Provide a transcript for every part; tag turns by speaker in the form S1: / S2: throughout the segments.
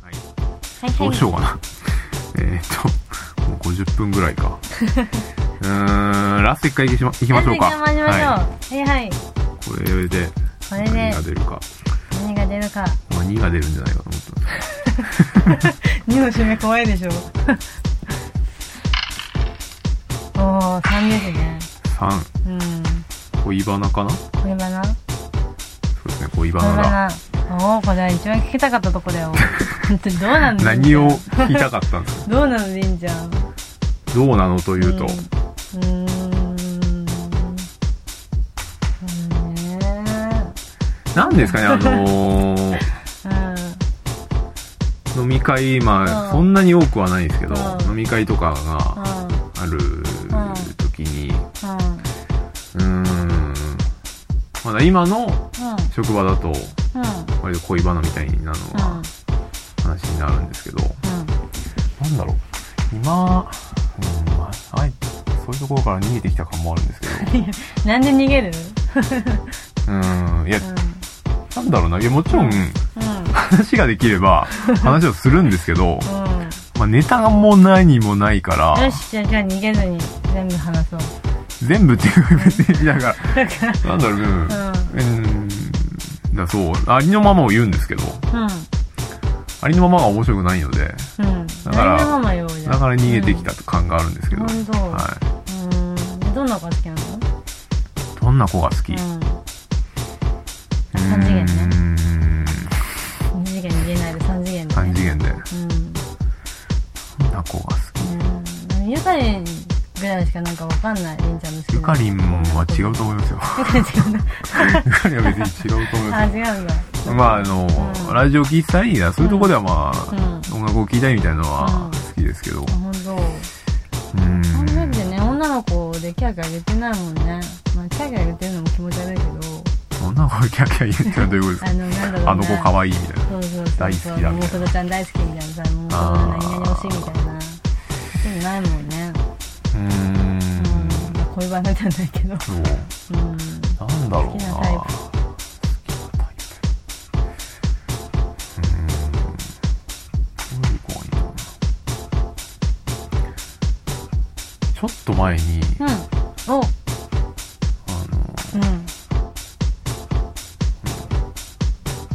S1: はいはい
S2: どうしようかな えーっともう50分ぐらい かうーんラスト1回いきまいきましょうか
S1: やっていきましょう
S2: は
S1: はいはい
S2: い、これで
S1: これで
S2: 何が出るか、
S1: 何が出るか
S2: まあ、2が出るんじゃないかと思ったんです
S1: 2の締め怖いでしょおお3ですね
S2: 3
S1: うん
S2: 恋バナかなそ
S1: 恋バナ
S2: うですね恋バ
S1: 恋
S2: ナだ
S1: バナおおこれは一番聞きたかったとこだよ本当にどうなのでいいん
S2: 何
S1: じゃん
S2: を聞きたかったんです か
S1: どうなのでいいんじゃん
S2: どうなのというと、
S1: うんうーんそうね
S2: なんですかねあのー
S1: うん
S2: 飲み会ま
S1: う
S2: あ
S1: ん
S2: そんなに多くはないんですけど、
S1: うん
S2: 飲み会とかが
S1: うん
S2: ある時に
S1: うん
S2: うーんまだ今の
S1: うん
S2: 職場だと
S1: うん
S2: 割と恋バナみたいなの
S1: うん
S2: は話になるんですけど、
S1: うん
S2: なんだろう今、うんまあ、あえてそういうところから逃げてきた感もあるんです けど
S1: なんで逃げる
S2: うーんいや
S1: う
S2: なんだろうないやもちろん
S1: んうん
S2: 話ができれば話をするんですけど、
S1: うん
S2: まあ、ネタがもう何もないから
S1: よしじゃあじゃあ逃げずに全部話そう
S2: 全部っていうメッセージだからなんだろううん
S1: う
S2: うんだそうありのままを言うんですけど
S1: うん
S2: ありのままが面白くないので
S1: うん
S2: だから
S1: 何のままよじゃ
S2: だから逃げてきた感があるんですけど、
S1: うん本当
S2: は
S1: うんうんどんな子が好きなの
S2: い、どんな子が好き、
S1: うん
S2: う
S1: 三次元ね
S2: ね
S1: 二次元言えないで三次元で
S2: 3次元で
S1: うん
S2: どんな子が好
S1: うんゆかりんぐらいしかなんかわかんないりんちゃんの好き
S2: き
S1: な
S2: ゆかりんは違うと思いますよゆかりんは別に違うと思いま
S1: あ違うんだ
S2: すま ああの、
S1: うん
S2: ラジオ聴いてたりだそういうとこではま
S1: う
S2: あ、
S1: ん
S2: 音楽を聴いたりみたいなの
S1: う
S2: は好
S1: ん
S2: きですけど
S1: 本当
S2: うん
S1: あんなってね女の子でキャーキャー言ってないもんねまあキャーキャー言ってるのも気持ち悪いけど
S2: 女の子がキャーキャー言ってるのはどういうことですか
S1: あのなんだろうな
S2: あの子可愛いみたいな
S1: そうそうそうそう
S2: 大好きだみたいな
S1: もうちゃん大好きみたいなさもう
S2: あー
S1: 何々推しみたいなそういうのないもんね
S2: う
S1: うん
S2: ん
S1: まあ恋バナじゃないけど
S2: そう
S1: うん
S2: なんだろうな
S1: 好きなタイプ
S2: うんどういう子がいいかなちょっと前に
S1: うんお
S2: あの
S1: うん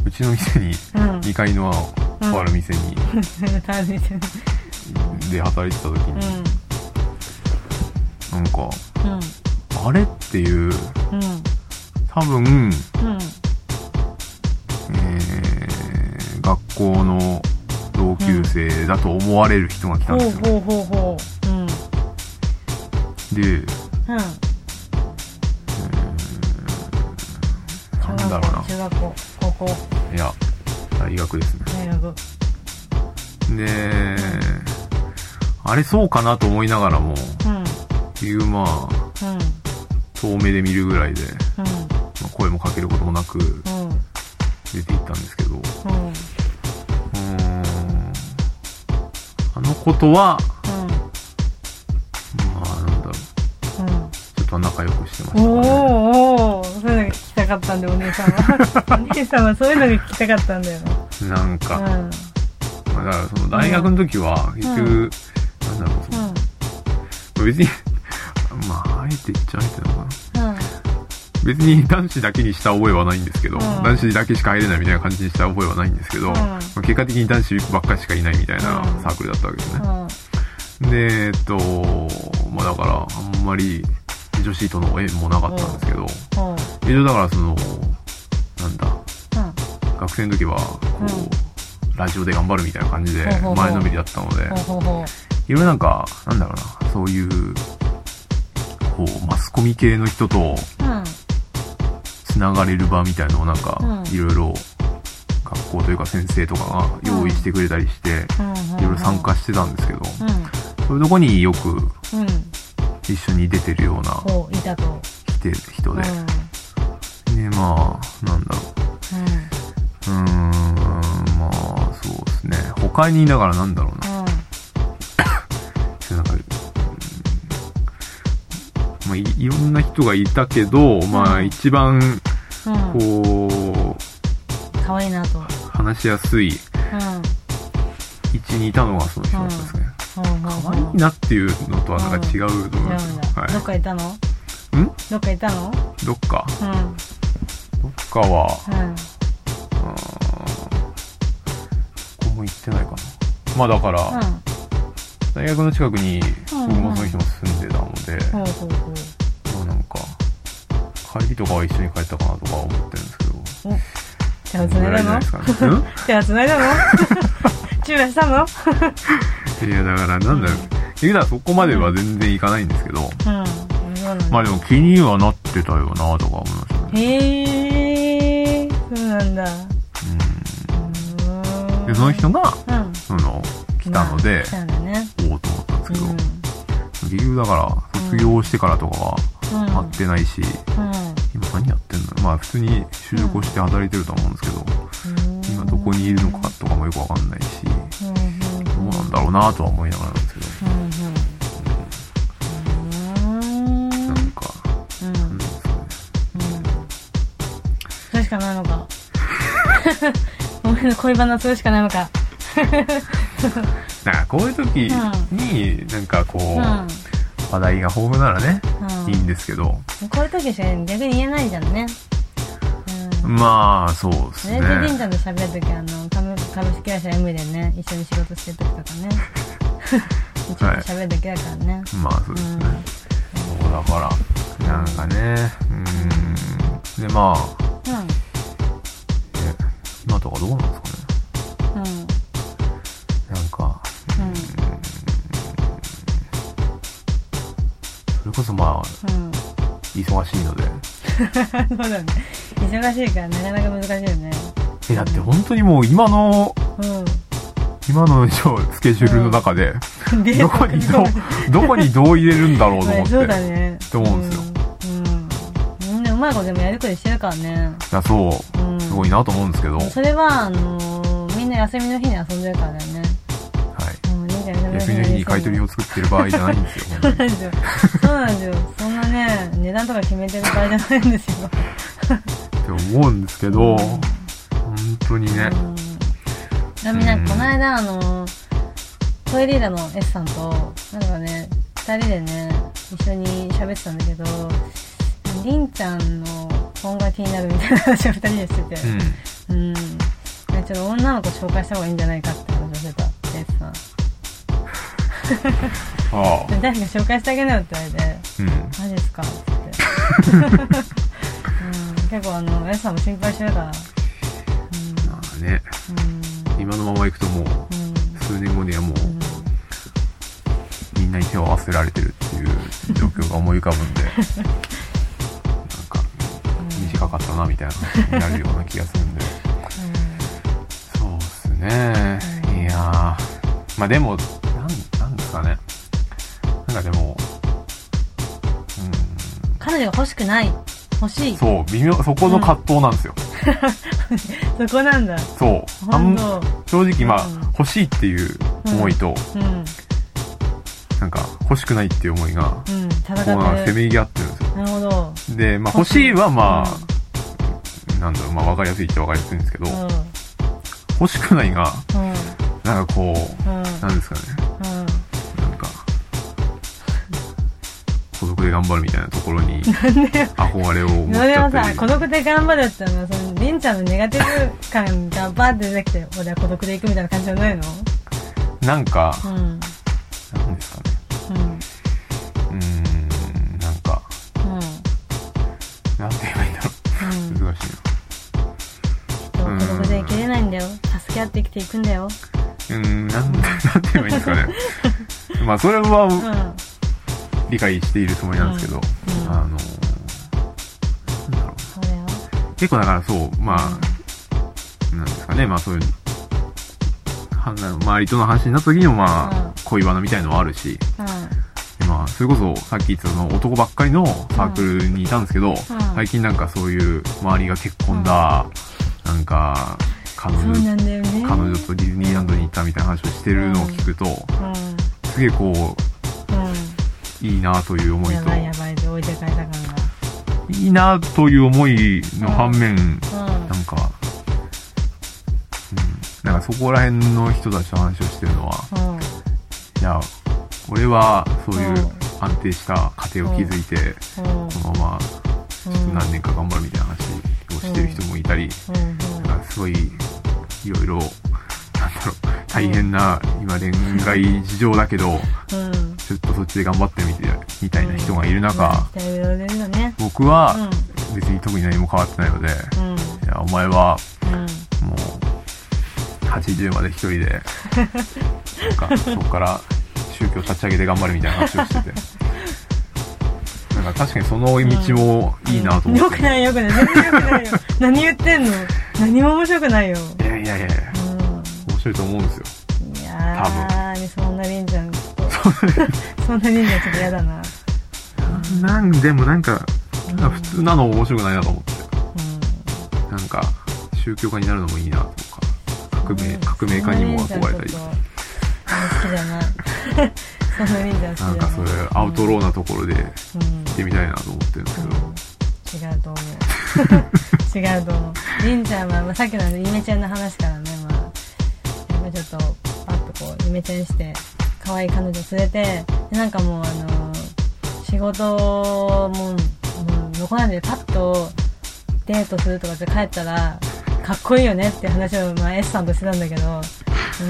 S2: うちの店に
S1: うん
S2: 2階のとある店に、
S1: 食べてる
S2: で働いてた時
S1: う
S2: に、
S1: ん
S2: なんか
S1: うん
S2: あれっていう
S1: うん
S2: 多分、
S1: うん
S2: えー、学校の同級生だと思われる人が来たんですよ、
S1: ほうほうほうほううんうん
S2: でな
S1: 小
S2: んだろう
S1: 学校中学校高校
S2: ないや大学ですね
S1: 大学
S2: であれそうかなと思いながらも
S1: うん
S2: いうまあ
S1: うん
S2: 遠目で見るぐらいで、
S1: うん
S2: まあ声もかけることもなく
S1: うん
S2: 出て行ったんですけどう
S1: うん
S2: ーんあの子とはまあなんだろう
S1: うんうん
S2: ちょっと仲良くしてました
S1: お
S2: ね
S1: ーおーそういうのが聞きたかったんでお姉さんはお姉さんはそういうのが聞きたかったんだよ
S2: なんか、
S1: なう
S2: ま
S1: ん
S2: あだからその大学の時は結局、
S1: うん
S2: なんだろうその、別に まああえて言っちゃあえてなのかな
S1: うん
S2: 別に男子だけにした覚えはないんですけど、
S1: うん
S2: 男子だけしか入れないみたいな感じにした覚えはないんですけど、
S1: うん
S2: まあ結果的に男子ばっかしかいないみたいな
S1: うん
S2: サークルだったわけですね、
S1: うん
S2: でえっとまあだからあんまり女子との縁もなかったんですけど、
S1: うん
S2: えっとだからそのなんだ
S1: うん
S2: 学生の時はこう、ラジオで頑張るみたいな感じで
S1: ほうほうほう
S2: 前のめりだったので、
S1: ほうほうほ
S2: いろいろなんか、なんだろうな、そういう、こう、マスコミ系の人と
S1: ううん
S2: 繋がれる場みたいのをなんか
S1: うん、
S2: いろいろ、学校というか先生とかが用意してくれたりして、
S1: うんうん
S2: いろいろ参加してたんですけど、
S1: う
S2: そういうとこによく
S1: んうん
S2: 一緒に出てるような
S1: こういたと
S2: 人人
S1: うん
S2: で、で、まあ、なんだろう、
S1: う
S2: う
S1: ん
S2: ーん、まあ、そうですね。他に、だからなんだろうな、
S1: うん
S2: ってなんか、うんまあ、いいろんな人がいたけど、まあ、
S1: うん
S2: 一番
S1: うん
S2: こ
S1: かわいいなと
S2: う話しやすい
S1: うん
S2: 一にいたのはその人だったんですね。可愛いなっていうのとはなんか違うと思います。はい
S1: どっ。かいたの
S2: ん
S1: どっかいたの
S2: どっか
S1: うん
S2: どっかは、
S1: う
S2: う
S1: ん
S2: ーん、ここも行ってないかな。まあだから、
S1: う
S2: 大学の近くに
S1: うんうん
S2: 僕もその人も住んでたので、
S1: んほうほうほう
S2: まあなんか、帰りとかは一緒に帰ったかなとか思ってるんですけど。
S1: 手をつな
S2: ぐ
S1: い
S2: ら
S1: だ
S2: いじゃない
S1: の
S2: ですか ね。うん
S1: 手をつな いだのチューしたの
S2: いやだからなんだろう結局だからそこまでは全然行かないんですけど、
S1: うんそうなんだ
S2: まあでも気にはなってたよなとか思いましたね
S1: へえそうなんだうー
S2: うん
S1: ん
S2: でその人が
S1: うん
S2: その来たので
S1: まあ、来たんだね
S2: おおと思ったんです
S1: う
S2: けど、
S1: ん
S2: 理由だから卒業してからとかは
S1: うん
S2: 会ってないし、
S1: う
S2: 今何やってんのまあ普通に就職をして働いてると思うんですけど、
S1: ん
S2: 今どこにいるのかとかもよくわかんないし、
S1: うん
S2: どうなんだろうなとは思いながらなんですけど、
S1: うんうんうんうん
S2: なんか、
S1: う
S2: なんんですかね。
S1: それしかないの か お前の恋バナそれしかないのか
S2: なんかこういう時に、なんかこう、
S1: うん、うん
S2: 話題が豊富ならね、いいんですけど、
S1: こういう時しか逆に言えないじゃんねうん
S2: まあそうですね
S1: レイジ神社で喋るときあの株株式会社 M でね一緒に仕事してるときとか ね一緒に喋るだけだからね、
S2: まあそうですね、そうだからなんかねうんでまあね今とかどうなんですかね
S1: うんうん
S2: なんかそれこそまあ
S1: うんうん
S2: 忙しいので
S1: そうだね忙しいからなかなか難しいよね
S2: えだって本当にもう今の今の 一応スケジュールの中で、
S1: うんで
S2: どこに どどこにどう入れるんだろうと思
S1: ま
S2: っ
S1: あ
S2: て
S1: そうだね
S2: と思うんですよ
S1: うん、うん、みんなうまいことでもやりくりしてるからね
S2: だからそう
S1: うん
S2: すごいなと思うんですけど、はい
S1: それはあのーみんな休みの日に遊んでるからだよねうんみんな
S2: 休みの日に買い取りを作ってる場合じゃないんですよ本当
S1: そ
S2: に
S1: うなんですよ。そうなんですよ。そんなね、値段とか決めてる場合じゃないんです よ。
S2: って思うんですけど、本当にね、
S1: うん。ちなみになんかこの間、あの、トイリーダーの S さんと、なんかね、二人でね、一緒に喋ってたんだけど、りんちゃんの今後が気になるみたいな話を二人でしてて
S2: う、ん、
S1: うん。ねちょっと女の子紹介した方がいいんじゃないかって話をしてた、S さん。
S2: ああ、
S1: で誰か紹介してあげなよって言われて、
S2: うん、
S1: マジですかって言って、うん、結構あの S さんも心配してるから
S2: まあね、
S1: う
S2: 今のまま行くともうん
S1: うん
S2: 数年後にはもう
S1: うん
S2: みんなに手を合わせられてるっていう状況が思い浮かぶんで、なんか短かったなみたいな話になるような気がするんで、そうっすね、いやー、まあでも、なん、なんですかね、なんかでも、うん
S1: 彼女が欲しくない欲しいそ
S2: そう、微妙、そこの葛藤なんですよ。
S1: こなんだ
S2: そう。あ
S1: 本
S2: ん
S1: 当
S2: 正直まあ、
S1: うん
S2: 欲しいっていう思いと、
S1: うんうん
S2: なんか欲しくないっていう思いが、こ
S1: 戦
S2: うなんか
S1: っ
S2: せ
S1: てる
S2: めぎ合ってるんですよ。
S1: なるほど
S2: で、まあ欲しいはまあ、なんだろう、まあ分かりやすいっちゃ分かりやすいんですけど
S1: う、ん
S2: 欲しくないが、
S1: うん
S2: なんかこう、
S1: うん
S2: なんですかね、
S1: うん
S2: なんか、孤独で頑張るみたいなところ に、憧れを持っち
S1: で
S2: ゃ
S1: も
S2: っ
S1: さ
S2: た、り。
S1: 孤独で頑張るってのは、その、りんちゃんのネガティブ感がバーって出てきて、俺は孤独で行くみたいな感じじゃないの
S2: なんか、
S1: うん。
S2: なんですかね。
S1: うん。
S2: うーん、なんか、
S1: うん。
S2: なんて言えばいいんだろ
S1: うん
S2: う。難しいな。
S1: 孤独で生きれないんだよ助け合って生きていくんだよ
S2: うーん、なん、なんて言えばいいんですか ね。まあ、それ
S1: うんう
S2: は
S1: ん
S2: 理解しているつもりなんですけど、
S1: うんうん
S2: あのー、なんだろうな
S1: そうだよ
S2: 結構だからそう、まあ、なんですかね、まあそういう、はな周りとの話になった時にも、まあ、
S1: うん
S2: 恋バナみたいのはあるし、でまあ、それこそさっき言ったその男ばっかりのサークルにいたんですけど、最近なんかそういう周りが結婚だ、なんか、彼
S1: うんそうな
S2: 女、
S1: んだよね
S2: 彼女とディズニーランドに行ったみたいな話をしてるのを聞くと、
S1: うん
S2: すげえこう、
S1: う
S2: いいなという思
S1: ん
S2: い
S1: や
S2: と、
S1: ばいやばいで置いてかれた感
S2: いいなという思いの反面、
S1: が
S2: なんか、うん、なんかそこら辺の人たちと話をしてるのは、
S1: うんうん
S2: いや、俺はそういう
S1: うん
S2: 安定した家庭を築いて、このまま
S1: うん
S2: 何年か頑張るみたいな話をしてる人もいたり、
S1: うん
S2: なんかすごい、いろいろ、なんだろう、大変な、今恋愛事情だけど、
S1: うん
S2: ちょっとそっちで頑張ってみて、みたいな人がいる中、
S1: 期待を寄れるよね
S2: 僕は別に特に何も変わってないので、
S1: う
S2: い
S1: ん
S2: や、お前は
S1: うん
S2: もう、80まで一人で、なん か、そこから宗教立ち上げて頑張るみたいな話をしてて。なんか確かにその道もいいなと思
S1: よ
S2: って。
S1: くないよくない全然よくないよ何言ってんの何も面白くないよ
S2: いやいやいやいや、面白いと思うんですよ。
S1: うんいやーそんなりんちゃんちょっとそんなりんちゃんちょっと嫌だな
S2: なんでもなんか、なんか普通なの面白くないなと思って。
S1: うん
S2: なんか、宗教家になるのもいいなとか、革命、革命家にも憧れたり
S1: そ。んなりんちゃんちょっと好きじゃない そんなりんちゃん好きじ
S2: な
S1: ゃない
S2: んかそういうアウトローなところで行
S1: うんうん
S2: ってみたいなと思ってるん ですけど。
S1: 違うと思う違うと思うりんちゃんは、まあ、さっきのゆめちゃんの話からねまあやっぱちょっとパッとこうゆめちゃんにして可愛い彼女連れてでなんかもうあの仕事も、うん、残らないでパッとデートするとかって帰ったらかっこいいよねって話を、まあ、S さんとしてたんだけど、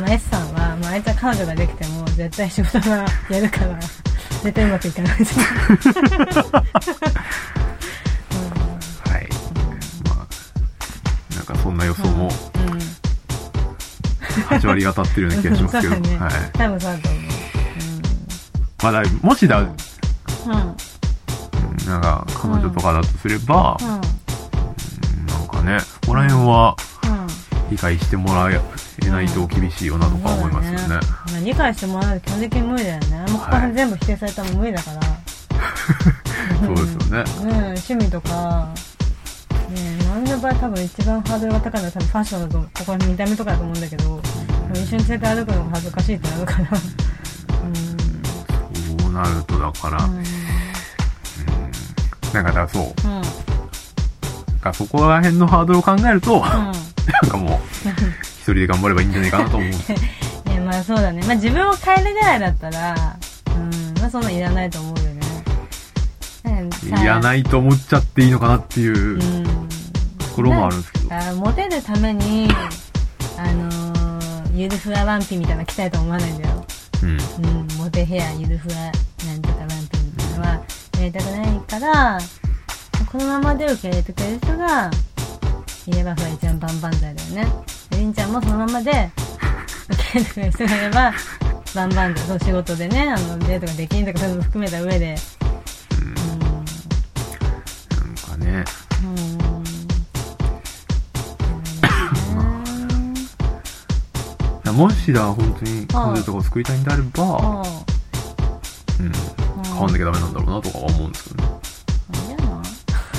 S1: まあ、S さんは、まあ、あいつは彼女ができても絶対仕事がやるから絶対うまくいかないじ ゃ
S2: はい。まあ、なんかそんな予想も
S1: ん。うん
S2: 8割が当たってるような気がしますけど、
S1: そうだね、
S2: はい。
S1: 多分そうだと思う
S2: まあだ、もしだ、うん
S1: うんうん
S2: なんか彼女とかだとすれば、
S1: うん
S2: なんかね、そこら辺は
S1: うん
S2: 理解してもらえないと厳しいよなとか思いますよね。
S1: そうだね理解してもらうの基本的に無理だよねもうここら辺全部否定されたらもう無理だから、
S2: そうですよね。
S1: うん、趣味とかねえ何の場合多分一番ハードルが高いのは多分ファッションだと思うここは見た目とかだと思うんだけど一緒に連れて歩くのが恥ずかしいってなるから
S2: そうなるとだから、
S1: う
S2: うん
S1: ん、
S2: なんかだからそう、だ
S1: う
S2: か
S1: ん
S2: らそこら辺のハードルを考えると、
S1: うん
S2: なんかもう、一人で頑張ればいいんじゃないかなと思うんで すよ。
S1: いやまあそうだねまあ自分を変えるぐらいだったらうんまあそんなんいらないと思うよね
S2: いら
S1: い
S2: ないと思っちゃっていいのかなっていう
S1: うん
S2: ところもあるんですけど。
S1: あモテるためにあのー、ゆるふわワンピみたいなの着たいと思わないんだよ
S2: うん。
S1: うんモテヘアゆるふわなんとかワンピみたいなのはやりたくないからこのままで受け入れてくれる人がいればフワちゃんバンバンザイだよねでりんちゃんもそのままで受け入れてくれる人がいればバンバンザイそう仕事でねあのデートができんとかそういうのも含めた上で
S2: なんかね、
S1: うんうん
S2: もしだ、本当に彼女とかを救いたいんであれば、
S1: も
S2: うん、
S1: うん
S2: 変わんなきゃダメなんだろうなとかは思うんですけどね。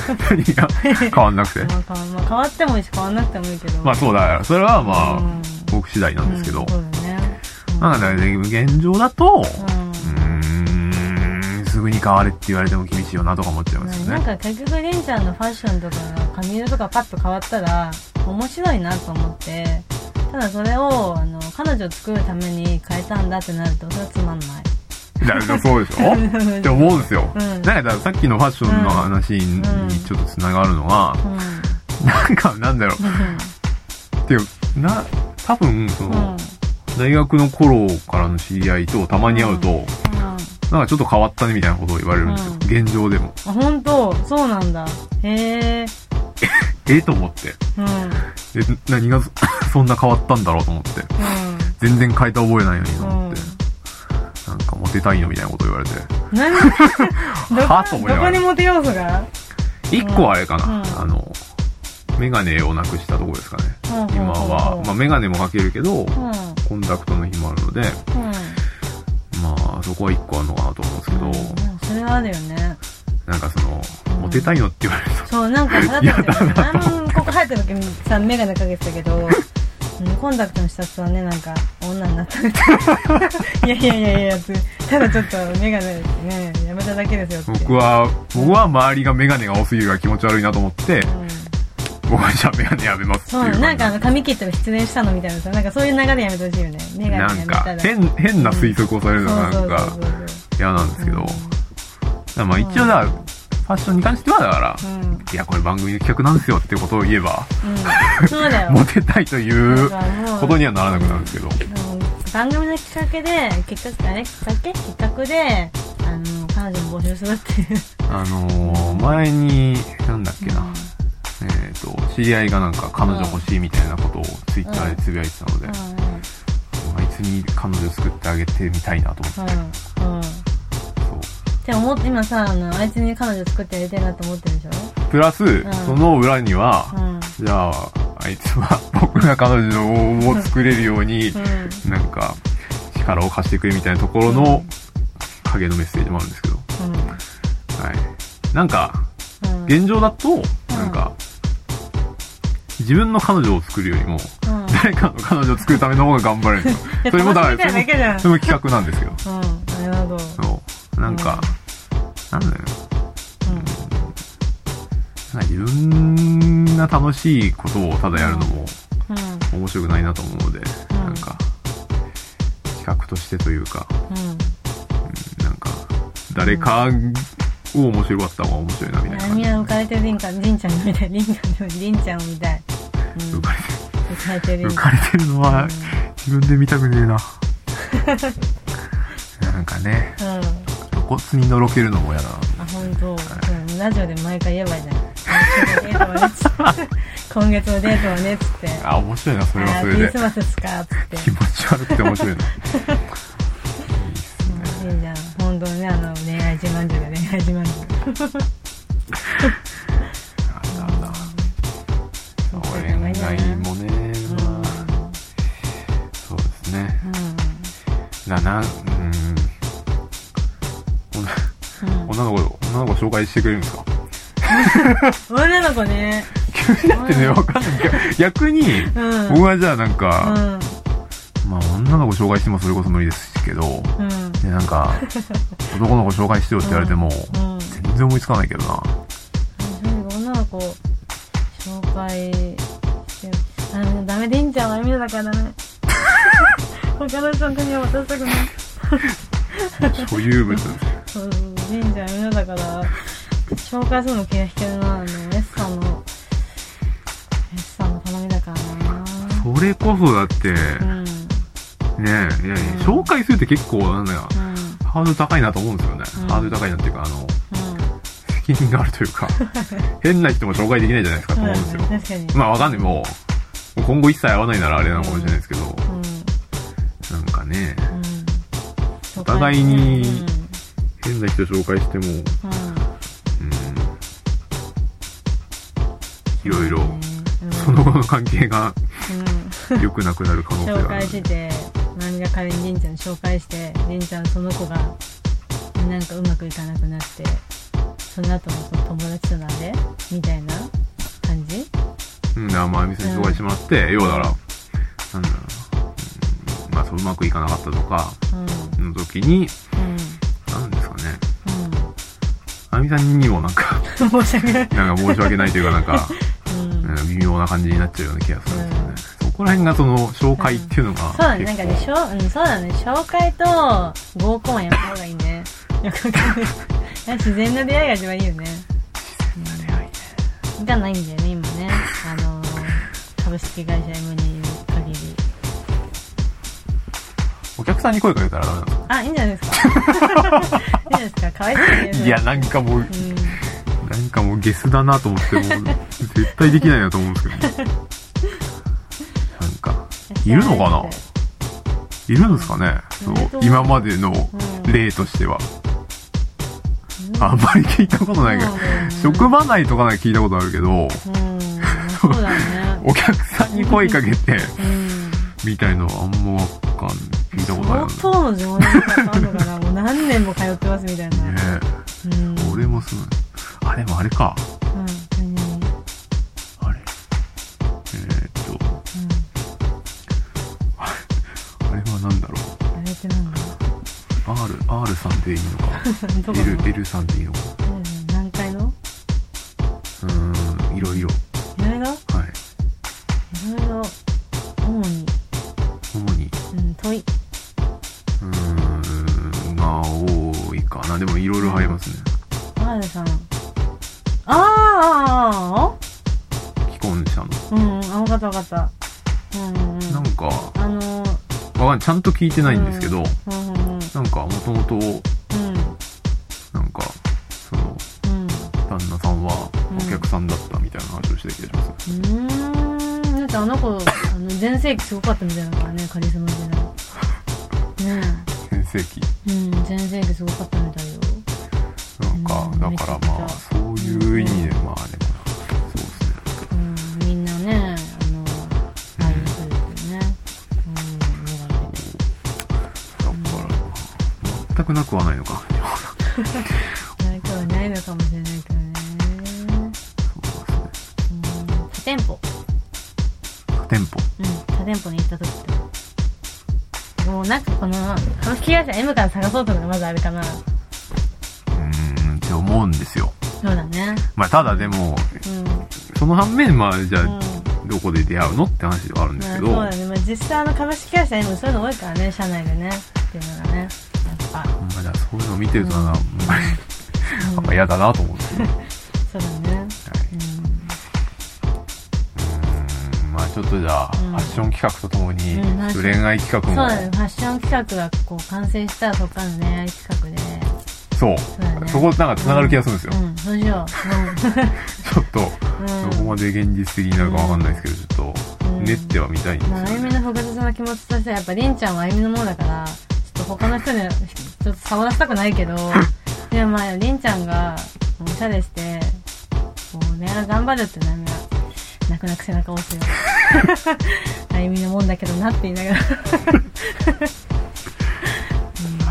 S1: ういいんじゃない
S2: 何が変わんなくて。
S1: まあ、変わまあ変わってもいいし変わんなくてもいいけど
S2: まあそうだから、それはま
S1: う
S2: あ
S1: ん、
S2: 僕次第なんですけど
S1: うん、。そうだねうん
S2: なんかね、現状だと、
S1: うん
S2: うーん、すぐに変われって言われても厳しいよなとか思っちゃいますよ
S1: なん
S2: ね。
S1: か結局りんちゃんのファッションとかが髪色とかパッと変わったら面白いなと思ってただそれをあの彼女を作るために変えたんだってなるとそれはつまんない
S2: だからそうでしょって思うんですよ。
S1: うん
S2: なんかだからさっきのファッションの話にちょっと繋がるのは、
S1: うん
S2: なんかなんだろう。っていうか、な、多分、そ
S1: うんうん
S2: の、大学の頃からの知り合いとたまに会うと、
S1: あ
S2: なんかちょっと変わったねみたいなことを言われるんですよ。現状でも。
S1: 本当そうなんだへえ
S2: ええと思って。
S1: うんうん
S2: え、何が そそんな変わったんだろうと思って。全然変えた覚えないのにと思って。なんかモテたいのみたいなこと言われて。
S1: 何ど
S2: はと
S1: こ
S2: 思いな
S1: ど
S2: が
S1: こ
S2: ら
S1: にモテ要素が
S2: 一個はあれか
S1: うん
S2: な。あの、メガネをなくしたとこですかね。
S1: うん
S2: 今
S1: う
S2: は
S1: ん、
S2: まあメガネもかけるけど、
S1: うん
S2: コンタクトの日もあるので、
S1: う
S2: まあそこは一個あるのかなと思うん
S1: ん
S2: ですけど、
S1: うんそれはあるよね
S2: なんかその
S1: うん、
S2: モテたいのって言われると、
S1: そう、なんか腹
S2: いや
S1: 立つよね。
S2: だなと
S1: あんここ入った時にさ、メガネかけてたけど、うんコンタクトの視察はね、なんか、女になった みたいな。いやいやいやいや、つただちょっとメガネね、やめただけですよって。
S2: 僕は、僕は周りがメガネが多すぎるから気持ち悪いなと思って
S1: う、ん、
S2: 僕は喋らねやめますって
S1: そ
S2: いうう
S1: なんかあの髪切ったら失恋したのみたいなさなんかそういう流れやめてほしいよね眼
S2: な
S1: 鏡や
S2: ん
S1: めた
S2: から変変な推測をされるのがな
S1: そうんそうそう
S2: か
S1: そう
S2: 嫌なんですけど、だからまあ一応だからファッションに関してはだから、
S1: うん、うん
S2: いやこれ番組の企画なんですよっていうことを言えば
S1: そうだよ
S2: モテたいという
S1: だからもう
S2: ことにはならなくなるんですけど
S1: うん番組のきっかけで結果あれきっかけきっかけであの彼女を募集するっていう
S2: あのー前になんだっけな、えー、と知り合いがなんか彼女欲しいみたいなことをツイッターでつぶやいてたので、
S1: うん
S2: あいつに彼女作ってあげてみたいなと思って、
S1: うんうんうんって思って今さあのあいつに彼女作ってやりたいなと思ってるでしょ
S2: そうプラス、
S1: ん
S2: その裏には、
S1: うん
S2: じゃああいつは僕が彼女を作れるように、
S1: うん
S2: なんか力を貸してくれみたいなところの影のメッセージもあるんですけど、はい、なんか
S1: うんうん
S2: 現状だと、なんか自分の彼女を作るよりも
S1: うん
S2: 誰かの彼女を作るための方が頑張れるんですよそれもだ
S1: 楽しみたいだけじゃ
S2: ら
S1: ん
S2: それも企画なんですよ
S1: うんなるほど
S2: そうなんか、なんだろう
S1: うん
S2: な自分が楽しいことをただやるのも
S1: うん
S2: 面白くないなと思うので、
S1: うん
S2: なんか企画としてというか
S1: う
S2: なんか誰かを面白かった方が面白いなみた
S1: ん
S2: いな
S1: 波は
S2: 感
S1: 浮かれてるりんかりんちゃんみたいりんかでもりんちゃんを見たい、
S2: じ
S1: う
S2: で
S1: ん
S2: 浮、かれて
S1: 浮かれてるりん
S2: 浮
S1: か
S2: かれてるのは自分で見たくねえな なんかね
S1: うん
S2: 露骨にのろけるのも嫌だな
S1: あ本当、うん、ラジオで毎回言えばいいじゃん今日のデートはねつって今月のデートはねっつって
S2: あ面白いなそれは
S1: あ
S2: そ
S1: ー
S2: れ
S1: ク
S2: で
S1: リスマスですかっつって
S2: 気持ち悪くて面 白いないいっすね
S1: うんいいじゃん本当にねあの恋愛自慢女で恋愛自慢女
S2: あだだそう恋愛もねまあそうですねだなうん
S1: うん、うんうん、
S2: 女の子女の子紹介してくれるんですか
S1: 女の子ね
S2: 急になってねわかんないけど逆に
S1: うん
S2: 僕はじゃあなん
S1: う
S2: か、
S1: ん
S2: まあ女の子紹介してもそれこそ無理ですけど
S1: うん
S2: でなん か男の子紹介してよって言われても
S1: うん
S2: 全然思いつかないけどな
S1: 女の子紹介してあのダメでいいんちゃうのみんなだからダメ他の人には渡したくない
S2: 所有物
S1: そう神社みんなだから紹介するの気が引けるなあのエスさんのエスさんの頼みだからな
S2: それこそだって
S1: うんうん
S2: ねえいやいや紹介するって結構なんだよハードル高いなと思うんですよね、
S1: うん
S2: ハードル高いなっていうかあの責任があるという か変な人も紹介できないじゃないですかと思うんですよ、
S1: うんそうだね確かに
S2: まあわかんないもうもう今後一切会わないならあれなのかもしれないですけど、
S1: うん
S2: なんかね
S1: うんお
S2: 互いに変な人紹介しても
S1: うん
S2: うんいろいろ
S1: うん
S2: その後の関係が
S1: う
S2: 良くなくなる可能性
S1: ん
S2: が
S1: 紹
S2: あ
S1: 介
S2: る
S1: して何が仮に凛ちゃんに紹介して凛ちゃんその子がなんかうまくいかなくなってその後もその友達となんでみたいな感じ
S2: うんだからまあ店に紹介してもらって、要はだからなんだろうな、うん、まあそううまくいかなかったとか
S1: うん
S2: の時に
S1: うん
S2: なんですかね
S1: うん
S2: あみさんにもなんか
S1: 申し訳ない。
S2: なんか申し訳ないというかなん か
S1: うん。
S2: うん微妙な感じになっちゃうような気がするんですよね、そこら辺がその紹介っていうのが、
S1: そうだね、なんかね、しょう、うん、そうだね、紹介と合コンはやった方がいいね。よくわかんない。自然な出会いが一番いいよね。
S2: 出会いね
S1: がないんだよね、今ね。あのー、株式会社 M にいる限り。
S2: お客さんに声かけたらダメなんですか
S1: あ、いいんじゃな いですか。いいんじゃないですか。可愛いですね。
S2: いや、なんかもう、
S1: うん。
S2: なんかもうゲスだなと思って、もう、絶対できないなと思うんですけど、ね。なんか、いるのかないるんですかねそう
S1: いると思、う
S2: 今までの
S1: うん
S2: 例としては。
S1: うん
S2: あんまり聞いたことないけど
S1: そうだよね、
S2: 職場内とかで聞いたことあるけど、
S1: うん。そうだね。
S2: お客さんに声かけて、
S1: うん。
S2: みたいのはあんまわかんない。聞いたことないよ
S1: 相当の常連さんあるのかな。もう何年も通ってますみたいな。
S2: ね。ね
S1: うん。
S2: え俺もすごい。あ、でもあれか。
S1: うん。何々
S2: あれ。えーっと、
S1: う
S2: あれは何だろう。
S1: ん。あれってなんだ
S2: R、R さんでいいのか。
S1: どこの
S2: L、L さんでいいのか。
S1: うん何階の
S2: うーん、いろいろ。
S1: いろいろ
S2: でもいろいろありますね
S1: マールさんあ
S2: 既婚者の
S1: ーあーあーあーうんあ分かった分かったうんうんうん
S2: なんか
S1: あのー
S2: わかんないちゃんと聞いてないんですけど、
S1: うんうんうん
S2: なんかもともとなんかその
S1: うん
S2: 旦那さんは
S1: うん
S2: お客さんだったみたいな話をしてきてます、
S1: うんうーんだってあの子あの全盛期すごかったみたいだからねカリスマ時代ね
S2: 先生期
S1: えうん全盛期すごかったみたいよ
S2: なんか、
S1: うん
S2: だから
S1: めちゃくちゃ
S2: まあそういう意味で、まあでもそうですね
S1: うんみんなねあのああいう人ですよねうん眼鏡で
S2: だから、全くなくはないのか
S1: ないくはないのかもしれないけどね
S2: そうですね
S1: うん多店舗
S2: 多店舗
S1: うん多店舗に行った時ってもうなんかこの株式会社 M から探そうとかがまずあるかなそう
S2: ーんって思うんですよ
S1: だね
S2: まあただでも
S1: うん
S2: その反面まあじゃあ
S1: うん
S2: どこで出会うのって話ではあるんです
S1: まあ、
S2: け
S1: そ
S2: ど、
S1: う
S2: ま
S1: だね、まあ、実際あの株式会社 M そういうの多いからね社内でねっていうのがねやっぱ、
S2: あ、だからそういうのを見てるとなんか、
S1: うん
S2: なんか嫌だなと思うんですけど、はい、
S1: そうだね
S2: うーんまあちょっとじゃあ、
S1: うん
S2: ファッション企画とともに、
S1: うん
S2: ちょっと恋愛企
S1: う
S2: 画
S1: ん、そう
S2: も
S1: だねファッション企画がこう完成したらそこからの恋愛企画で
S2: そう
S1: うだね
S2: そこなんか繋がる気がするんですよ、
S1: うんそうしよ
S2: ちょっと
S1: う、うん、
S2: どこまで現実的になるかわかんないですけど、ちょっと
S1: うん
S2: 練ってはみたいんですよ
S1: まあ、あゆみ
S2: ね、
S1: の複雑な気持ちとしてはやっぱりんちゃんはあゆみのものだからちょっと他の人にはちょっと触らせたくないけどでもまありんちゃんがおしゃれしてこうね頑張るって悩みは泣く泣く背中を押すよ あゆみのもんだけどなって言いながら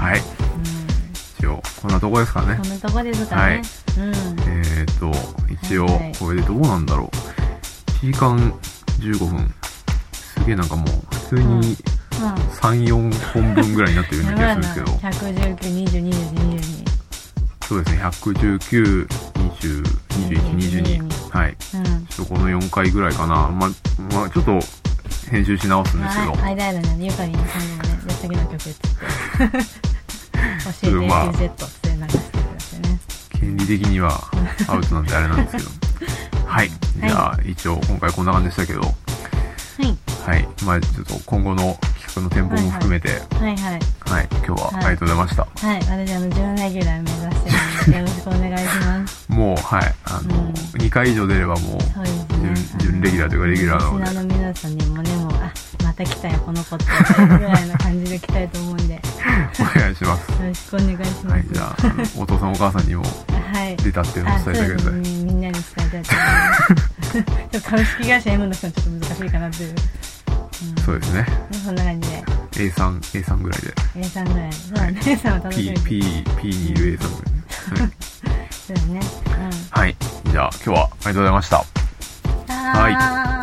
S2: はい一応こんなとこですかね
S1: うん、こんなとこですかね、うん
S2: えーと、一応
S1: はいはい、
S2: これでどうなんだろう。1時間15分。すげえなんかもう、普通
S1: うん
S2: に
S1: まあ
S2: 3、4本分ぐらいになってるよう な
S1: やばい
S2: 気
S1: な
S2: がするんですけど、
S1: 119202022
S2: そうですね、119、20、21、22。はい。
S1: うん
S2: ちょっとこの4回ぐらいかな。ま、まあちょっと、編集し直すんですけど、
S1: はい、間々ね、ゆかりに最後ね、やっ次の曲っつって。
S2: まあ
S1: 教えて、AZ って流してくださいね。
S2: 権利的にはアウトなんであれなんです けど。はい。じゃあ、一応、今回こんな感じでしたけど、はい。まあちょっと今後の企画の展望も含めて、
S1: はい、はい、はい。
S2: はい、今日はありがとうございました。
S1: はい、私、あの、準レギュラー目指してるんで、よろしくお願いします。
S2: もう、はい、あの、
S1: うん
S2: 2回以上出ればもう、
S1: そうですね。
S2: 準準レギュラーというかレギュラーなので
S1: リスナーの皆さんにもね、もう、あ、また来たよ、この子って、ぐらいの感じで来たいと思うんで、よ
S2: お願いします。
S1: ろしくお願いします。
S2: はい、じゃあ、あのお父さんお母さんにも
S1: はい。
S2: 出たっていうのを
S1: あ
S2: 伝
S1: そう
S2: えてく
S1: で
S2: だ
S1: す
S2: さ
S1: ね
S2: い。
S1: みんなに伝えたいと思いますちょっと株式会社 M の人はちょっと難しいかなっていう、うん
S2: そうですね。
S1: そんな感じで
S2: A さん、A さんぐらいで。
S1: A さんぐらいそうだね A さんは楽し
S2: P
S1: み
S2: P、
S1: に、
S2: P にいる A さんぐらいで。
S1: そうだね
S2: はい。はいじゃあ、今日はありがとうございました。
S1: うんはーい